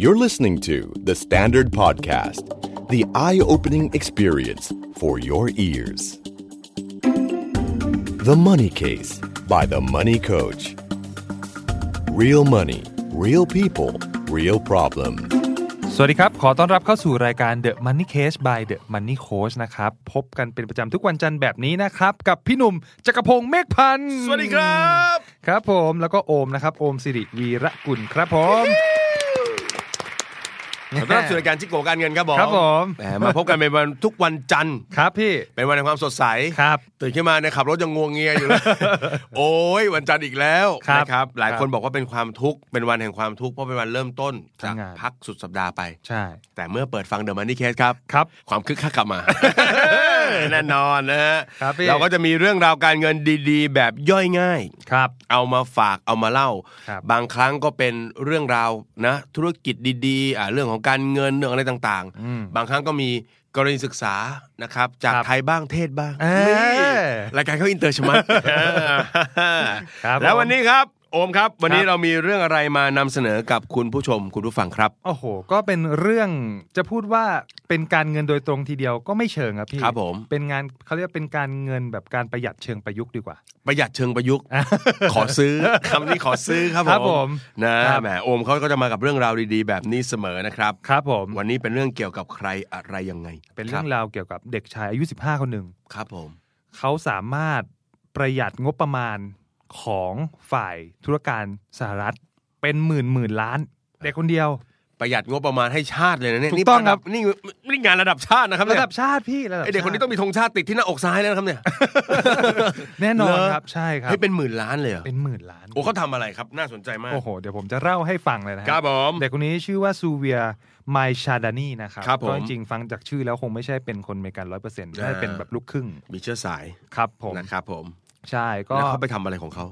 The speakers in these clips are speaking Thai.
You're listening to The Standard Podcast, the eye opening experience for your ears. The Money Case by The Money Coach. Real money, real people, real problem. สวัสดีครับ ขอต้อนรับเข้าสู่รายการ The Money Case by The Money Coach นะครับ พบกันเป็นประจำทุกวันจันทร์แบบนี้นะครับ กับพี่หนุ่มจักรพงศ์เมฆพันธ์ สวัสดีครับ ครับผม แล้วก็โอมนะครับ โอมสิริวีระกุลครับผม ขอต้อนรับสู่รายการจิกโกการเงินครับผม ครับผม แหมมาพบกันเป็นวัน ทุกวันจันทร์ ครับพี่ เป็นวันแห่งความสดใส ครับ ตื่นขึ้นมาเนี่ยขับรถยังงวงเงียอยู่เลย โอ้ยวันจันทร์อีกแล้ว ครับ นะครับ หลาย ครับ คนบอกว่าเป็นความทุกข์ เป็นวันแห่งความทุกข์ เพราะเป็นวันเริ่มต้นจาก ทำงาน พักสุดสัปดาห์ไป ใช่ แต่เมื่อเปิดฟังเดอะมันนี่เคสครับ ครับ ความคึกคักกลับ มา แน่นอนนะฮะ ครับพี่ เราก็จะมีเรื่องราวการเงินดีๆ แบบย่อยง่าย ครับ เอามาฝากเอามาเล่า ครับ บางครั้งก็เป็นเรื่องราวนะธุรกิจดีๆอ่าเรื่องของการเงินเรื่องอะไรต่าง อืม บางครั้งก็มีกรณีศึกษานะครับจาก ครับ ไทยบ้างเทศบ้าง เอ้ย นี่รายการเขาอินเตอร์ชมัด ครับ แล้ววันนี้ครับ โอมครับ วันคนี้รับ เรามีเรื่องอะไรมานำเสนอกับคุณผู้ชมคุณผู้ฟังครับ โอ้โห ก็เป็นเรื่องจะพูดว่าเป็นการเงินโดยตรงทีเดียวก็ไม่เชิงครับพี่ ครับผม เป็นงานเขาเรียกว่าเป็นการเงินแบบการประหยัดเชิงประยุกต์ ดีกว่า ประหยัดเชิงประยุกต์ ขอซื้อคำนี้ขอซื้อครับ ครับ ผ ผม ม นะครับ แหมโอมเขาก็จะมากับเรื่องราวดีๆ แบบนี้เสมอนะครับ ครับผม วันนี้เป็นเรื่องเกี่ยวกับใครอะไรยังไง เป็นเรื่องราวเกี่ยวกับเด็กชายอายุ 15 คนหนึ่ง ครับผม เขาสามารถประหยัดงบประมาณของฝ่ายธุรการสหรัฐ เป็นหมื่นหมื่นล้าน เด็กคนเดียว ประหยัดงบประมาณให้ชาติเลยนะเนี่ย ถูกต้องครับ นี่ะดันี่นี่งานระดับชาตินะครับ ระ เนี่ย ดับชาติพี่ระดับ ไอเด็กคนนี้ต้องมีธงชาติติดที่หน้าอกซ้ายแล้วนะครับเนี่ย แน่นอนครับใช่ครับ ให้เป็นหมื่นล้านเลยเหรอ เป็นหมื่นล้าน โอ้เขาทำอะไรครับ น่าสนใจมาก โอ้โห เดี๋ยวผมจะเล่าให้ฟังเลยนะค ค รั รับ บผม เด็กคนนี้ชื่อว่าซูเวียไมชาดานี่นะครับ ครับผม ก็จริงๆฟังจากชื่อแล้วคงไม่ใช่เป็นคนอเมริกันร้อยเปอร์เซ็นต์ อ่า น่าจะเป็นแบบลูกครึ่ง มีเชื้อสาย ครับผม นะครับผม ใช่ก็ แล้วเขาไปทำอะไรของเขา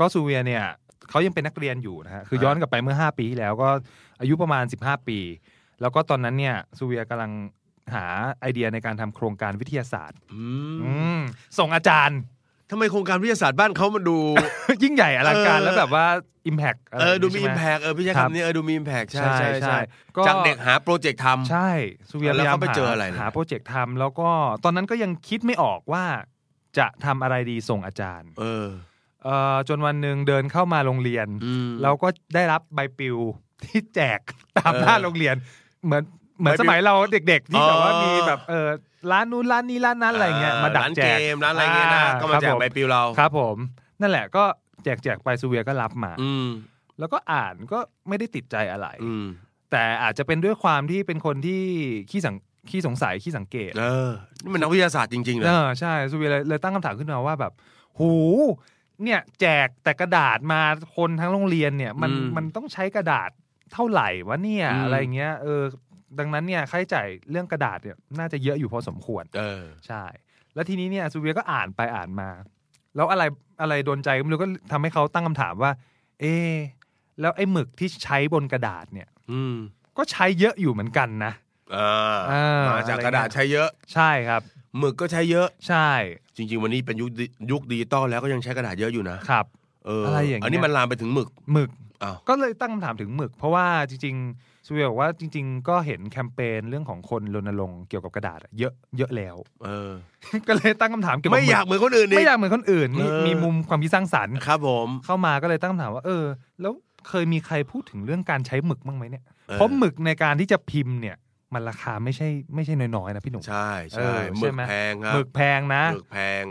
ก็ซูเวียเนี่ยเขายังเป็นนักเรียนอยู่นะฮะคือย้อนกลับไปเมื่อ 5 ปีที่แล้วก็อายุประมาณ 15 ปี แล้วก็ตอนนั้นเนี่ยซูเวียกำลังหาไอเดียในการทำโครงการวิทยาศาสตร์ อืม อืมส่งอาจารย์ ทำไมโครงการวิทยาศาสตร์บ้านเขามันดู ยิ่งใหญ่อลังการ เออ แล้วแบบว่า Impact ะไร เออดู ย่าง มี งี้ อิม ใช่ไห แพกเออพี่ใช้ ครับ คำนี้เออดูมีอิมแพกใช่ ใช่ ใช่ใช่ ใช่ก็ จากเด็กหาโปรเจกต์ทำ ใช่ซูเวียพ แล้ว ยายาม เขาไปเจออะไรนะ หาโปรเจกต์ทำแล้วก็ตอนนั้นก็ยังคิดไม่ออกว่าจะทำอะไรดีส่งอาจารย์ เออ เอ่อจนวันหนึ่งเดินเข้ามาโรงเรียน อืม เราก็ได้รับใบปลิว ที่แจกตาม เออ หน้าโรงเรียน เหมือนเหมือน ใบปลิ ส ว มัยเราเด็ก ๆ ที่ อ๋อ แบบว่ามีแบบเออร้านนู้นร้านนี้ร้านนั้นอะไรเงี้ยมาดัก ร้าน แจ เก ก มร้านอะไรเงี้ยนะก็มาแจกใบปลิวเรา ครับผม นั่นแหละก็แจกแจกไปซูเวียก็รับมา อืม แล้วก็อ่านก็ไม่ได้ติดใจอะไร อืม แต่อาจจะเป็นด้วยความที่เป็นคนที่ขี้สังขี้สงสัยขี้สังเกต เออนี่มันนักวิทยาศาสตร์จริงๆเลย เออใช่ซูเวียเลยเลยตั้งคำถามขึ้นมาว่าแบบหูเนี่ยแจกแต่กระดาษมาคนทั้งโรงเรียนเนี่ยมัน อืม มันต้องใช้กระดาษเท่าไหร่วะเนี่ย อืม อะไรเงี้ยเออดังนั้นเนี่ยค่าใช้จ่ายเรื่องกระดาษเนี่ยน่าจะเยอะอยู่พอสมควร เออ ใช่ แล้วทีนี้เนี่ยซูเวียก็อ่านไปอ่านมา แล้วอะไรอะไรโดนใจก็ไม่รู้ก็ทำให้เขาตั้งคำถามว่า เอะแล้วไอ้หมึกที่ใช้บนกระดาษเนี่ย อืม ก็ใช้เยอะอยู่เหมือนกันนะ อ่า อ่าม มาจากกระดาษใช้เยอะ ใช่ครับ หมึกก็ใช้เยอะ ใช่ จริง ๆ วันนี้เป็นยุคดิยุคดิจิตอลแล้วก็ยังใช้กระดาษเยอะอยู่นะครับ เอออะไร อย่างเงี้ย นนี้มันลามไปถึงหมึก หมึก อ้าว ก็เลยตั้งคำถามถึงหมึก เพราะว่าจริงๆซูเวียบอกว่าจริง ๆ ก็เห็นแคมเปญเรื่องของคนรณรงค์เกี่ยวกับกระดาษอะเยอะเยอะแล้ว เออ ก็เลยตั้งคำถามเกี่ยวกับ ไม่อยาก ห เหมือนคนอื่น มึก ดิ ไม่อยากเหมือนคนอื่นมี เออ มีมุมความคิดสร้างสรรค์ ครับผม เข้ามาก็เลยตั้งคำถามว่า เออ แล้วเคยมีใครพูดถึงเรื่องการใช้หมึกบ้างไหมเนี่ย เออ เพราะหมึกในการที่จะพิมพ์เนี่ย มันราคาไม่ใช่ไม่ใช่น้อยๆนะพี่หนุ่ม ใช่ เอ ใช่ อ ห ใช่ มึก ไหม แพงครับ หมึกแพงนะ หมึกแพง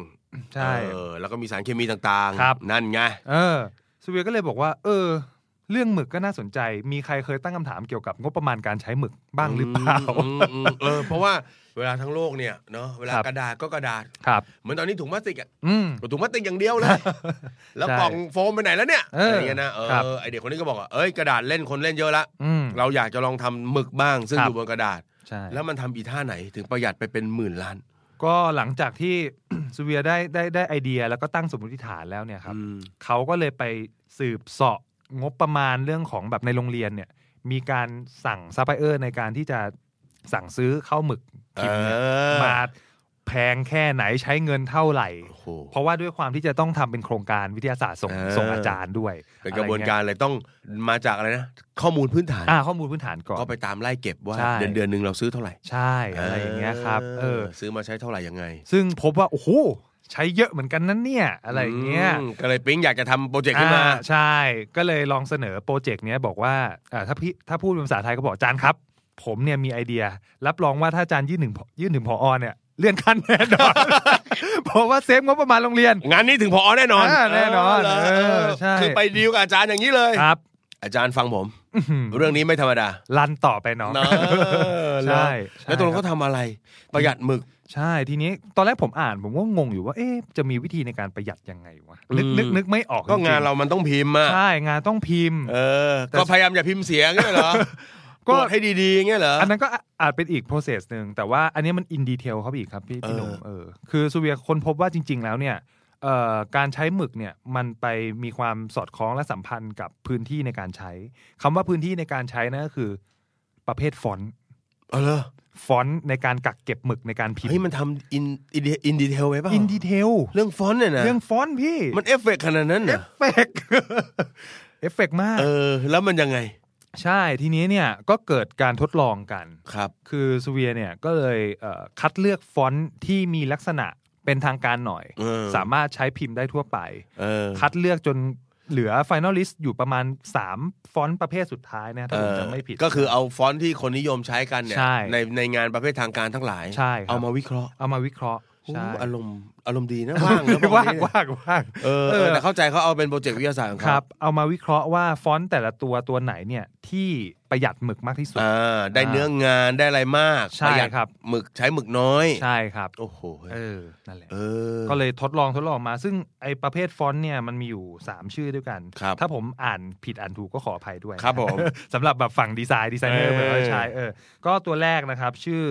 ใช่ เออแล้วก็มีสารเคมีต่าง ครับ นั่นไง เออสเวียก็เลยบอกว่า เออ เรื่องหมึกก็น่าสนใจ มีใครเคยตั้งคำถามเกี่ยวกับงบประมาณการใช้หมึกบ้างหรือเปล่า อืมอืมเออเพราะว่าเวลาทั้งโลกเนี่ยเนาะเวลา ครับ กระดาษก็กระดาษ ครับ เหมือนตอนนี้ถุงพลาสติกอะ อืม ถุงพลาสติกอย่างเดียวเลย แล้ว ใช่ กล่องโฟมไปไหนแล้วเนี่ย เอออ อะไรเงี้ยนะเอ ครับ อไอเด็กคนนี้ก็บอกว่าเอ้ยกระดาษเล่นคนเล่นเยอะละ อืม เราอยากจะลองทำหมึกบ้าง ซึ่ง ครั อบ ยู่บนกระดาษ ใช่ แล้วมันทำอีท่าไหนถึงประหยัดไปเป็นหมื่นล้าน ก็หลังจากที่ สเวียได้ได้ได้ไอเดียแล้วก็ตั้งสมมติฐานแล้วเนี่ยครับ อืม เขาก็เลยไปสืบเสาะงบประมาณเรื่องของแบบในโรงเรียนเนี่ย มีการสั่งซัพพลายเออร์ในการที่จะสั่งซื้อข้าวหมึก เอ พิมพ์เนี่ย อ มา แพงแค่ไหนใช้เงินเท่าไหร่ โอ้โห เพราะว่าด้วยความที่จะต้องทำเป็นโครงการวิทยาศาสตร์ส่ง เออ ส่งอาจารย์ด้วย เป็นกระบวนการเลยต้องมาจากอะไรนะ ข้อมูลพื้นฐาน อ่าข้อมูลพื้นฐานก่อน ก็ไปตามไล่เก็บว่า ใช่ เดือนเดือนหนึ่งเราซื้อเท่าไหร่ ใช่อะไรอย่างเงี้ยครับเออ ซื้อมาใช้เท่าไหร่ยังไง ซึ่งพบว่าโอ้โหใช้เยอะเหมือนกันนั้นเนี่ย อะไรอย่างเงี้ย อืมก็เลยปิ๊งอยากจะทำโปรเจกต์ขึ้นมา อ่ใช่ก็เลยลองเสนอโปรเจกต์เนี้ยบอกว่าอ่าถ้าพี่ถ้าพูดเป็นภาษาไทยก็บอกอาจารย์ครับ ผมเนี่ยมีไอเดีย รับรองว่าถ้าอาจารย์ยื่นถึงยื่นถึงพออเนี่ยเลื่อนขั้นแน่นอน เพราะว่าเซฟงบประมาณโรงเรียน งานนี้ถึงพอแน่นอน อ่าแน่นอน เเหร เออใช่ คือไปดีลกับอาจารย์อย่างนี้เลย ครับ อาจารย์ฟังผม อื้อหือ เรื่องนี้ไม่ธรรมดา ลันต่อไปเนาะ เนอะ ใช่ใช่ แล้วตกลงเขาทำอะไร ประหยัดหมึก ใช่ทีนี้ตอนแรกผมอ่านผมก็งงอยู่ว่าเอ๊ะจะมีวิธีในการประหยัดยังไงวะนึกนึก อืม นึกไม่ออก ก็ จริๆ งานเรามันต้องพิมพ์อะ ใช่งานต้องพิมพ์ เออ แต่ ก็พยายามอย่าพิมพ์เสียงเงี้ยเหรอ ก็ ก็ให้ดีๆเงี้ยเหรอ อั อั นนั้นก็อาอาจเป็นอีก process หนึ่งแต่ว่าอันนี้มัน in detail เข้าไปอีกครับพี่พี่หนุ่ม เออ เออคือซูเวียคนพบว่าจริง ๆ แล้วเนี่ยเอ่อการใช้หมึกเนี่ยมันไปมีความสอดคล้องและสัมพันธ์กับพื้นที่ในการใช้คำว่าพื้นที่ในการใช้นะก็คือประเภทฟอนต์ เออเหรอ ฟอนต์ในการกักเก็บหมึกในการพิมพ์ เฮ้ยมันทำอินอินดีเทลไว้เปล่า อินดีเทล เรื่องฟอนต์เนี่ยนะ เรื่องฟอนต์พี่ มันเอฟเฟกต์ขนาดนั้น เอ น่ะ ฟเฟกต์ เอ ฟเฟกต์มาก เออ แล้วมันยังไง ใช่ทีนี้เนี่ยก็เกิดการทดลองกัน ครับ คือสเวียเนี่ยก็เลยเอ่อคัดเลือกฟอนต์ที่มีลักษณะเป็นทางการหน่อย เออ สามารถใช้พิมพ์ได้ทั่วไป เออ คัดเลือกจนเหลือ Final List อยู่ประมาณ 3 ฟอนต์ประเภทสุดท้ายนะถ้าผมจำไม่ผิด ก็คือเอาฟอนต์ที่คนนิยมใช้กันเนี่ย ใช่ ในงานประเภททางการทั้งหลาย ใช่ครับ เอามาวิเคราะห์ เอามาวิเคราะห์ใช่ โอ้อารมณ์อารมณ์ดีนะ ว่างนะ ว่าง พอดีเนี่ย ว่างว่าง เออ เอ เอ อ อแต่เข้าใจเขาเอาเป็นโปรเจกต์วิทยาศาสตร์ของ ครั เขา บ เอามาวิเคราะห์ว่าฟอนต์แต่ละตัวตัวไหนเนี่ยที่ประหยัดหมึกมากที่สุด อ่าได้เนื้องานได้อะไรมาก ใช่ ประหยัด ครับ หมึกใช้หมึกน้อย ใช่ครับ โอ้โห เออนั่นแหละ เออ ก็เลยทดลองทดลองมา ซึ่งไอประเภทฟอนต์เนี่ยมันมีอยู่ 3 ชื่อด้วยกัน ครับ ถ้าผมอ่านผิดอ่านถูกก็ขออภัยด้วย ครับผม สำหรับแบบฝั่งดีไซน์ดีไซเนอร์แบบว่าใช่เออ ก็ตัวแรกนะครับ ชื่อ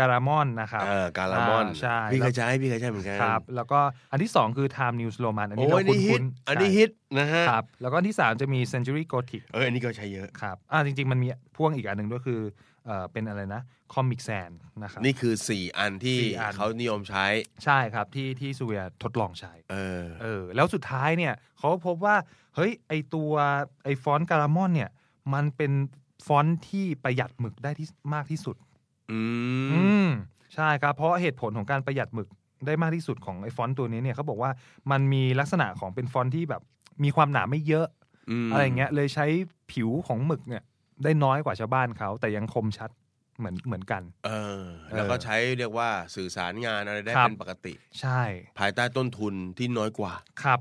การามอนนะครับ อ่าการามอน อ่าใช่ พี่เคยใช้พี่เคยใช้เหมือนกัน ครับ แล้วก็อันที่ 2 คือ Time News Roman อันนี้ โอ้ เรา ย คุ้ นี่ฮิต นๆ อันนี้ ใช่ ฮิตนะฮะ ครับ แล้วก็อันที่ 3 จะมี Century Gothic เอออันนี้ก็ใช้เยอะ ครับอ่าจริง ๆ มันมีพ่วงอีกอันหนึ่งด้วยคือเอ่อเป็นอะไรนะ Comic Sans นะครับ นี่คือสี่อันที่ สี่อัน เขานิยมใช้ ใช่ครับที่ที่ซูเวียทดลองใช้ เออ เออแล้วสุดท้ายเนี่ยเขาพบว่าเฮ้ยไอตัวไอฟอนต์การามอนเนี่ยมันเป็นฟอนต์ที่ประหยัดหมึกได้ที่มากที่สุด อื อืมมใช่ครับ เพราะเหตุผลของการประหยัดหมึกได้มากที่สุดของไอฟอนต์ตัวนี้เนี่ยเขาบอกว่ามันมีลักษณะของเป็นฟอนต์ที่แบบมีความหนาไม่เยอะ ม อะไรอย่างเงี้ยเลยใช้ผิวของหมึกเนี่ยได้น้อยกว่าชาวบ้านเขาแต่ยังคมชัดเหมือนเหมือนกัน เออ แล้วก็ใช้เรียกว่าสื่อสารงานอะไรได้ ครับ เป็นปกติ ใช่ ภายใต้ต้นทุนที่น้อยกว่า ครับ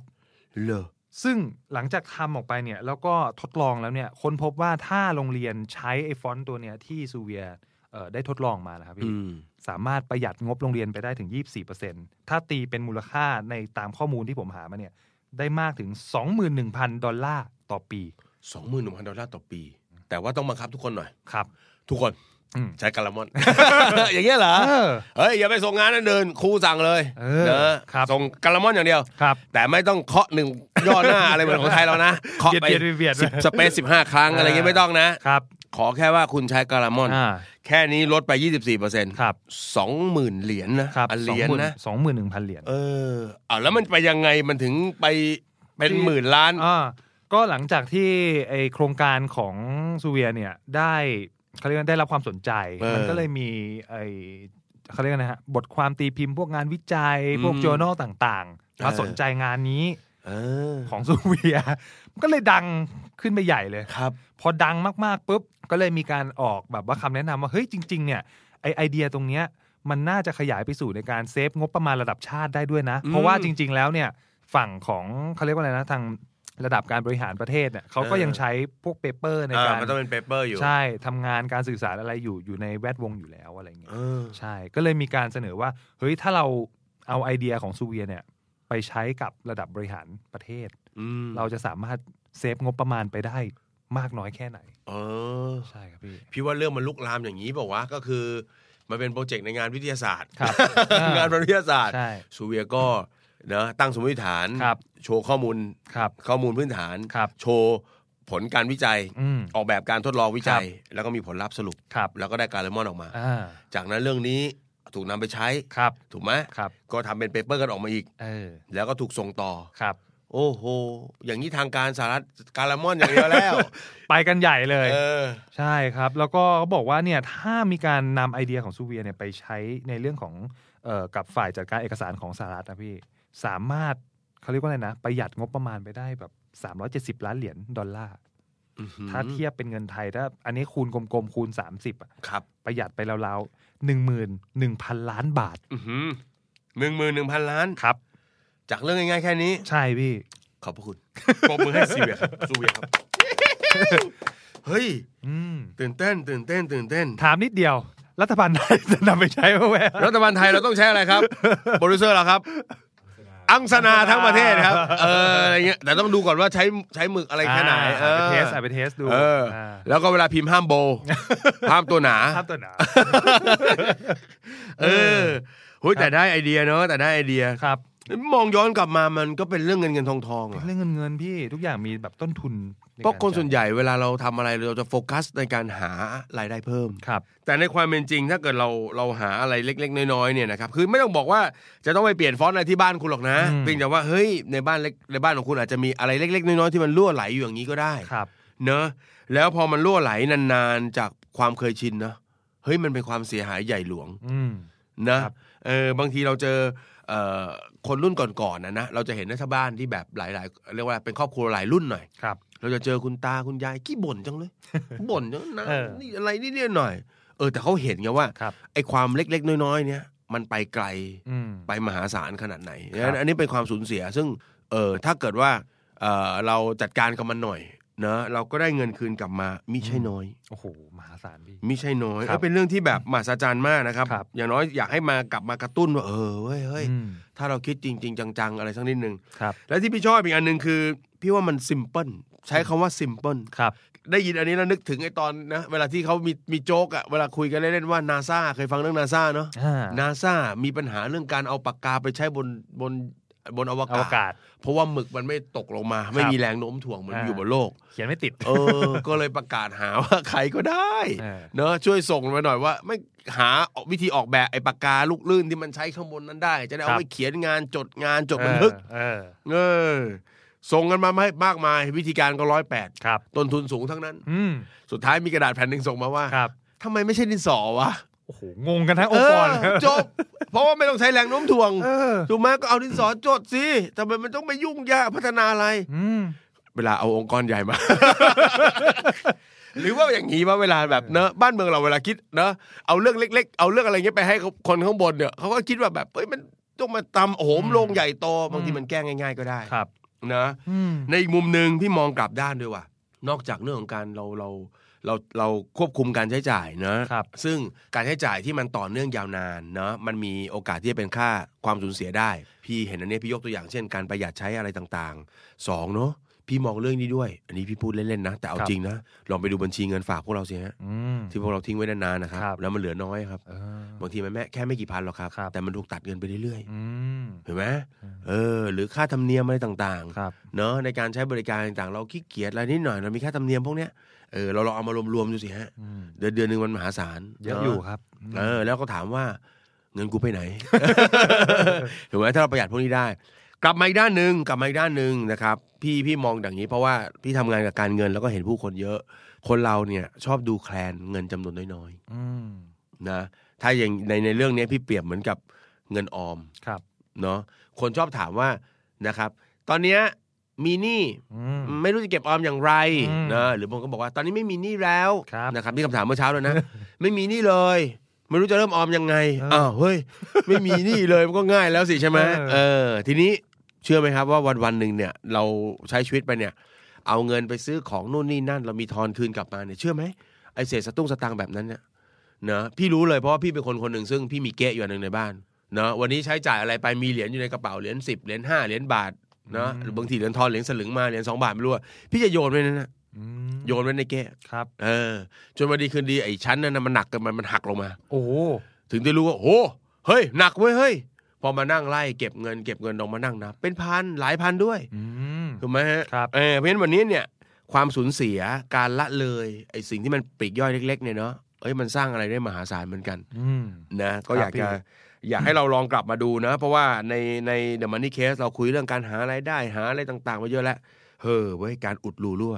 เลอ ซึ่งหลังจากทำออกไปเนี่ยแล้วก็ทดลองแล้วเนี่ยค้นพบว่าถ้าโรงเรียนใช้ไอ้ฟอนต์ตัวเนี้ยที่ซูเวียเอ่อได้ทดลองมานะครับ อื พี่ ม สามารถประหยัดงบโรงเรียนไปได้ถึง 24%ถ้าตีเป็นมูลค่าในตามข้อมูลที่ผมหามาเนี่ยได้มากถึง 21,000 ดอลลาร์ต่อปี สองหมื่นหนึ่งพันดอลลาร์ต่อปี แต่ว่าต้องบังคับทุกคนหน่อย ครับ ทุกคน อืม ใช้กะละมอน อย่างเงี้ยเหรอ เออ เฮ้ย อย่าไปส่งงานนั่นเดินครูสั่งเลย เออ นะครับ ส่งกะละมอนอย่างเดียว ครับ แต่ไม่ต้องเคาะหนึ่งย่อหน้า อะไรเหมือนของไทย เรานะเคาะ เบียด ไป เบียดเบียดเบียด สิบสเปซสิบห้าครั้งอะไรเงี้ยไม่ต้องนะ ครับ ขอแค่ว่าคุณใช้กะละมอน อ่า แค่นี้ลดไปยี่สิบสี่เปอร์เซ็นต์ ครับ สองหมื่นเหรียญนะครับอันเหรียญนะ สองหมื่นหนึ่งพันเหรียญ เออเอาแล้วมันไปยังไงมันถึงไปเป็นหมื่นล้าน อ่าก็หลังจากที่ไอโครงการของซูเวียเนี่ยได้เขาเรียกว่าได้รับความสนใจ เออ มันก็เลยมีไอเขาเรียกว่านะฮะบทความตีพิมพ์พวกงานวิจัย อืม พวก journal ต่างๆ มา เออ สนใจงานนี้ เออ ของซูเวีย มันก็เลยดังขึ้นไปใหญ่เลย ครับ พอดังมากๆปุ๊บก็เลยมีการออกแบบว่าคำแนะนำว่า เฮ้ยจริง ๆ เนี่ยไอไอเดียตรงเนี้ยมันน่าจะขยายไปสู่ในการเซฟงบประมาณระดับชาติได้ด้วยนะ เพราะว่าจริง ๆ แล้วเนี่ยฝั่งของเขาเรียกว่าอะไรนะทางระดับการบริหารประเทศเนี่ยเขาก็ เออ ยังใช้พวกเปเปอร์ใน อ่า การ มันต้องเป็นเปเปอร์อยู่ ใช่ทำงานการสื่อสารอะไรอยู่อยู่ในแวดวงอยู่แล้วอะไรอย่างเงี้ย เออ ใช่ก็เลยมีการเสนอว่าเฮ้ยถ้าเราเอาไอเดียของซูเวียเนี่ยไปใช้กับระดับบริหารประเทศ อืม เราจะสามารถเซฟงบประมาณไปได้มากน้อยแค่ไหน เออ ใช่ครับพี่ พี่ว่าเรื่องมันลุกลามอย่างนี้บอกว่าวะก็คือ มันเป็นโปรเจกต์ในงานวิทยาศาสตร์ ครับ งานวิทยาศาสตร์ ใช่ สูเวียก็นะตั้งสมมติฐาน ครับ โชว์ข้อมูล ครับ ข้อมูลพื้นฐาน ครับ โชว์ผลการวิจัย อืม ออกแบบการทดลองวิจัย ครั แล้วก็มีผลลัพธ์สรุป ครับ แล้วก็ได้การเลมอนออกมา อ่า จากนั้นเรื่องนี้ ถูกนำไปใช้ ครับ ถูกไหม ครับ ก็ทำเป็นเปเปอร์กันออกมาอีก เออ แล้วก็ถูกส่งต่อ ครับ โอ้โห อย่างนี้ทางการสหรัฐการละม่อนอย่างเดียวแล้ว ไปกัน ใหญ่เลย เออ ใช่ครับ แล้วก็เขาบอกว่าเนี่ยถ้ามีการนำไอเดียของซูเวียเนี่ยไปใช้ในเรื่องของเอ่อกับฝ่ายจัดการเอกสารของสหรัฐนะพี่สามารถเขาเรียกว่าอะไรนะ ประหยัดงบประมาณไปได้แบบ 370 ล้านเหรียญดอลลาร์ อื้อหือ ถ้าเทียบเป็นเงินไทยถ้าอันนี้คูณกลมๆคูณ 30อะ ครับ ประหยัดไปราวๆหนึ่งหมื่นหนึ่งพันล้านบาท หนึ่งหมื่นหนึ่งพันล้าน ครับ จากเรื่องง่ายๆแค่นี้ ใช่พี่ ขอบพระคุณปรบมือให้ซีเวียครับซูเวียครับ เฮ้ย อืม ตื่นเต้น ตื่นเต้น ตื่นเต้น ถามนิดเดียว รัฐบาลไทยจะนำไปใช้ไหมแม่ รัฐบาลไทยเราต้องใช้อะไรครับ โปรดิวเซอร์เหราครับ อังสนาทั้งประเทศครับ เอออะไรเงี้ย แต่ต้องดูก่อนว่าใช้ใช้หมึกอะไรแค่ไหน อ่า ออ ไปเทสอ่ะไปเทสดู เอออา แล้วก็เวลาพิมพ์ห้ามโบ ห้ามตัวหนา ภาพตัว หนา เออหุ้ยแต่ได้ไอเดียเนาะแต่ได้ไอเดีย ครับ มองย้อนกลับมามันก็เป็นเรื่องเงินเงินทองทองอะ เรื่องเงินเงินพี่ทุกอย่างมีแบบต้นทุนใ เพราะคนส่วน จ่าย ใหญ่เวลาเราทำอะไรเราจะโฟกัสในการหารายได้เพิ่ม ครับ แต่ในความเป็นจริงถ้าเกิดเราเราหาอะไรเล็ก ๆ น้อยๆเนี่ยนะครับคือไม่ต้องบอกว่าจะต้องไปเปลี่ยนฟอนต์อะไรที่บ้านคุณหรอกนะ อืม เพียงแต่ว่าเฮ้ยในบ้านเล็กในบ้านของคุณอาจจะมีอะไรเล็ก ๆ น้อยๆที่มันรั่วไหลอยู่อย่างนี้ก็ได้ ครับ เนอะแล้วพอมันรั่วไหลนานๆจากความเคยชินเนอะเฮ้ยมันเป็นความเสียหายใหญ่หลวง อืม นะครับ เออบางทีเราเจอเอ่อคนรุ่นก่อนๆนะนะเราจะเห็นรัฐบาลที่แบบหลายๆเรียกว่าเป็นครอบครัวหลายรุ่นหน่อย ครับ เราจะเจอคุณตาคุณยายขี้บ่นจั งเลย บ่นจังนะ เออ นี่อะไรนิดๆหน่อยๆเออแต่เขาเห็นไงว่า ครับ ไอ้ความเล็กๆน้อยๆเนี่ยมันไปไกล อืม ไปมหาศาลขนาดไหน ครับ ดังนั้นอันนี้เป็นความสูญเสีย ซึ่งเออถ้าเกิดว่าเออเราจัดการกับมันหน่อยนะเราก็ได้เงินคืนกลับมามิใช่น้อย โอ้โห มหาศาลพี่ ไม่ใช่น้อย ครับ เออเป็นเรื่องที่แบบมหัศจรรย์มากนะครับ ครับ อย่างน้อยอยากให้มากลับมากระตุ้นว่าเออเว้ยเฮ้ย อืม ถ้าเราคิดจริง ๆ จัง ๆ อะไรสักนิดหนึ่ง ครับ และที่พี่ชอบอีกอันหนึ่งคือ พี่ว่ามันซิมเพิลใช้คำว่าซิมเพิล ครับ ได้ยินอันนี้แล้วนึกถึงไอ้ตอนนะเวลาที่เขามีมีโจ๊กอะเวลาคุยกันเล่นๆว่านาซาเคยฟังเรื่องนาซาเนาะ อ่า นาซามีปัญหาเรื่องการเอาปากกาไปใช้บนบนบนออวว กาศ กาศ เพราะว่าหมึกมันไม่ตกลงมาคไม่รับ มีแรงโน้มถ่วงเหมือน อ่า อยู่บนโลก เขียนไม่ติด เอ อ ก็เลยประกาศหาว่าใครก็ได้ เออ เนอะช่วยส่งมาหน่อยว่า ไม่หาวิธีออกแบบไอ้ปากกาลูกลื่นที่มันใช้ข้างบนนั้นได้ จะได้เอา ครับ ไปเขียนงานจดงานจดบันทึก เออ เออ ส่งกันมาไม่มากมาย วิธีการก็ร้อยแปด ครับ ต้นทุนสูงทั้งนั้น อืม สุดท้ายมีกระดาษแผ่นหนึ่งส่งมาว่า ครับ ทำไมไม่ใช่ดินสอวะ โอ้โห งงกันทั้งองค์กร เออจบ เพราะว่าไม่ต้องใช้แรงโน้มถ่วง เออ ถูกไหมก็เอาดินสอจดสิทำไมมันต้องไปยุ่งยากพัฒนาอะไร อืม เวลาเอาองค์กรใหญ่มา หรือว่าอย่างนี้ว่าเวลาแบบ เนอะบ้านเมืองเราเวลาคิดเนอะเอาเรื่องเล็ก ๆ เอาเรื่องอะไรเงี้ยไปให้คนข้างบนเนี่ยเขาก็คิดว่าแบบเอ้ยมันต้องมาตำโหมโรงใหญ่โตบางทีมันแก้ง่าย ๆ ก็ได้ ครับ นะ อืม ในอีกมุมหนึ่งพี่มองกลับด้านด้วยว่ะนอกจากเรื่องของการเราเราเราเราควบคุมการใช้จ่ายเนอะ ครับ ซึ่งการใช้จ่ายที่มันต่อเนื่องยาวนานเนอะมันมีโอกาสที่จะเป็นค่าความสูญเสียได้ พี่เห็นอันเนี้ยพี่ยกตัวอย่างเช่น การประหยัดใช้อะไรต่างๆสองเนอะพี่มองเรื่องนี้ด้วย อันนี้พี่พูดเล่นๆนะ แต่เอา ครับ จริงนะลองไปดูบัญชีเงินฝากพวกเราสิฮะ อืม ที่พวกเราทิ้งไว้นานๆนะครับ ครับ แล้วมันเหลือน้อยครับ เออ บางทีมันแม่แค่ไม่กี่พันหรอกครับ ครับ แต่มันถูกตัดเงินไปเรื่อย อืม ๆเห็นไหม อืม เออ หรือค่าธรรมเนียมอะไรต่างๆ ครับ เนอะในการใช้บริการต่างๆ เราขี้เกียจอะไรนิดหน่อยเรามีค่าธรรมเนียมพวกเนี้ยเออเราลองเอามารวมๆดูสิฮะ อืม เดือนเดือนหนึ่งมันมหาศาล เยอะ น อยู่ครับม เออ แล้วก็ถามว่าเงินกู ไปไหน ถูกไหมถ้าเราประหยัดพวกนี้ได้ กลับมาอีกด้านหนึ่งกลับมาอีกด้านหนึ่งนะครับ พี่พี่มองอย่างนี้เพราะว่าพี่ทำงานกับการเงินแล้วก็เห็นผู้คนเยอะ คนเราเนี่ยชอบดูแคลนเงินจำนวนน้อย อืม ๆนะถ้าอย่างในในเรื่องเนี้ยพี่เปรียบเหมือนกับเงินออม ครับ เนาะคนชอบถามว่านะครับ ตอนเนี้ยมีหนี้ อืม ไม่รู้จะเก็บออมอย่างไร อืม นะหรือบางคนก็บอกว่าตอนนี้ไม่มีหนี้แล้ว ครับ นะครับนี่คำถามเมื่อเช้าเลยนะ ไม่มีหนี้เลย ไม่รู้จะเริ่มออมยังไง เอออ้ อ้าวเฮ้ย ไม่มีหนี้เลยมันก็ง่ายแล้วสิใช่ไหม เออ เออ ทีนี้เชื่อไหมครับว่าวันวันๆหนึ่งเนี่ย เราใช้ชีวิตไปเนี่ย เอาเงินไปซื้อของนู่นนี่นั่น เรามีทอนคืนกลับมาเนี่ยเชื่อไหมไอเศษสตุ้งสตังค์แบบนั้นเนี่ยนะพี่รู้เลยเพราะว่าพี่เป็นคนคนหนึ่งซึ่งพี่มีเก๊ะอยู่อันหนึ่งในบ้านนะวันนี้ใช้จ่ายอะไรไปมีเหรียญอยู่ในกระเป๋าเหรียญสิบเหรียญห้าเหรียญบาทนะ อืม หรือบางทีเหรียญทอนเหรียญสลึงมาเหรียญสองบาทไม่รู้อะพี่จะโยนไว้นั่นนะ อืม โยนไว้ในเก๊ะ ครับ เออจนวันดีคืนดีไอ้ชั้นนั้นนะมันหนักเกันมันมันหักลงมา โอ้โห ถึงได้รู้ว่าโอ้เฮ้ยหนักเว้ยเฮ้ยพอมานั่งไล่เก็บเงินเก็บเงินลองมานั่งนับเป็นพันหลายพันด้วย อืม ถูกไหมฮะ ครับ เออเพราะฉะนั้นวันนี้เนี่ยความสูญเสียการละเลยไอ้สิ่งที่มันปลีกย่อยเล็ก ๆเนี่ยเนาะ เอ้ยมันสร้างอะไรได้มหาศาลเหมือนกัน อืม นะก็ ครับ อยากจะ พี่ อยากให้เราลองกลับมาดูนะ เพราะว่าในใน The Money Case เราคุยเรื่องการหารายได้หาอะไรต่างๆมาเยอะแล้วเฮ้อเว้ยการอุดรูรั่ว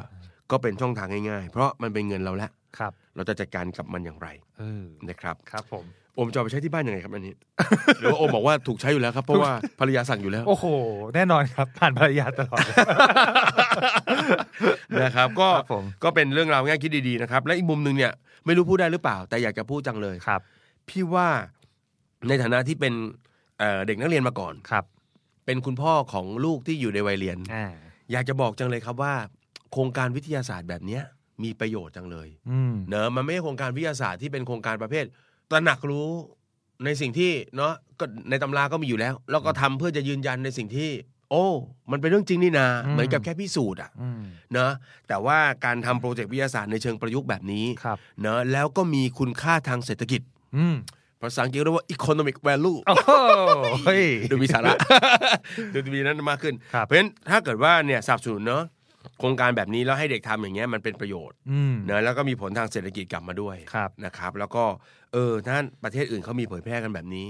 ก็เป็นช่องทางง่ายๆ เพราะมันเป็นเงินเราแล้ว ครับ เราจะจัดการกับมันอย่างไร เออ นะครับ ครับผม โอมจะเอาไปใช้ที่บ้านยังไงครับอัน นี้ หรือว่าโอมบอกว่าถูกใช้อยู่แล้วครับ เพราะว่าภรรยาสั่งอยู่แล้ว โอ้โห แน่นอนครับ ผ่านภรรยาตลอด นะครับก็ ครับผม ก็เป็นเรื่องราวง่ายคิดดีๆนะครับและอีกมุมหนึ่งเนี่ยไม่รู้พูดได้หรือเปล่า แต่อยากจะพูดจังเลย ครับ พี่ว่าในฐานะที่เป็นเอ่อเด็กนักเรียนมาก่อน ครับ เป็นคุณพ่อของลูกที่อยู่ในวัยเรียน อ่า อยากจะบอกจังเลยครับว่า โครงการวิทยาศาสตร์แบบเนี้ยมีประโยชน์จังเลย อืม เนอะมันไม่ใช่โครงการวิทยาศาสตร์ที่เป็นโครงการประเภทตระหนักรู้ในสิ่งที่เนาะก็ในตำราก็มีอยู่แล้ว แล้วก็ทำเพื่อจะยืนยันในสิ่งที่ โอ้ มันเป็นเรื่องจริงนี่นา เหมือนกับแค่พิสูจน์อะ อืม เนอะแต่ว่าการทำโปรเจกต์วิทยาศาสตร์ในเชิงประยุกต์แบบนี้ ครับ เนอะแล้วก็มีคุณค่าทางเศรษฐกิจ อืม ภาษาอังกฤษเรียกว่า economic value โอ้โหเฮ้ย ดูมีสาระ ดูมีนั้นมากขึ้น ครับ เพราะฉะนั้นถ้าเกิดว่าเนี่ยสนับสนุนเนาะโครงการแบบนี้แล้วให้เด็กทำอย่างเงี้ยมันเป็นประโยชน์ อืม เนอะแล้วก็มีผลทางเศรษฐกิจกลับมาด้วย ครับ นะครับ แล้วก็เออท่านประเทศอื่นเขามีเผยแพร่กันแบบนี้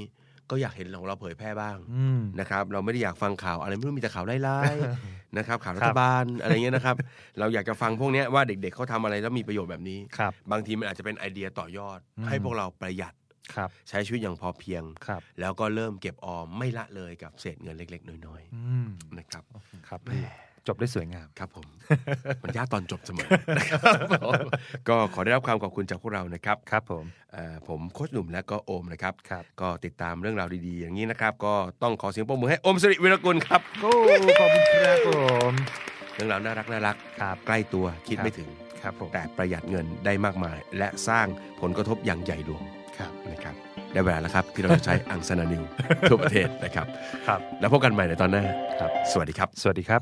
ก็อยากเห็นของเราเผยแพร่บ้าง อืม นะครับ เราไม่ได้อยากฟังข่าวอะไรไม่รู้มีแต่ข่าวไล่ๆ นะครับข่าวรั ค ฐ รับ บาลอะไรเงี้ยนะครับ เราอยากจะฟังพวกเนี้ยว่าเด็ก ๆเขาทำอะไรแล้วมีประโยชน์แบบนี้ ครับ บางทีมันอาจจะเป็นไอเดียต่อยอด อืม ให้พวกเราประหยัด ครับ ใช้ชีวิตอย่างพอเพียง ครับ แล้วก็เริ่มเก็บออมไม่ละเลยกับเศษเงินเล็ก ๆ น้อย อืม ๆนะครับ ครับพี่จบได้สวยงาม ครับผม มันยากตอนจบเสมอนะครับผมก็ขอได้รับความขอบคุณจากพวกเรานะครับ ครับผม เอ่อผมโค้ชหนุ่มและก็โอมนะครับ ครับ ก็ติดตามเรื่องราวดีๆ อย่างนี้นะครับ ก็ต้องขอเสียงปรบมือให้โอมสิริวิรกุลครับ โอ้ขอบคุณครับผม เรื่องราวน่ารักน่ารัก ครับ ใกล้ตัวคิด ครับ ไม่ถึง ครับผม แต่ประหยัดเงินได้มากมาย และสร้างผลกระทบอย่างใหญ่หลวง ครับ นะครับ ได้เวลาแล้วครับที่เราจะใช้ อังสนา นิวทั่วประเทศนะครับ ครับ แล้วพบกันใหม่ในตอนหน้า ครับ สวัสดีครับ สวัสดีครับ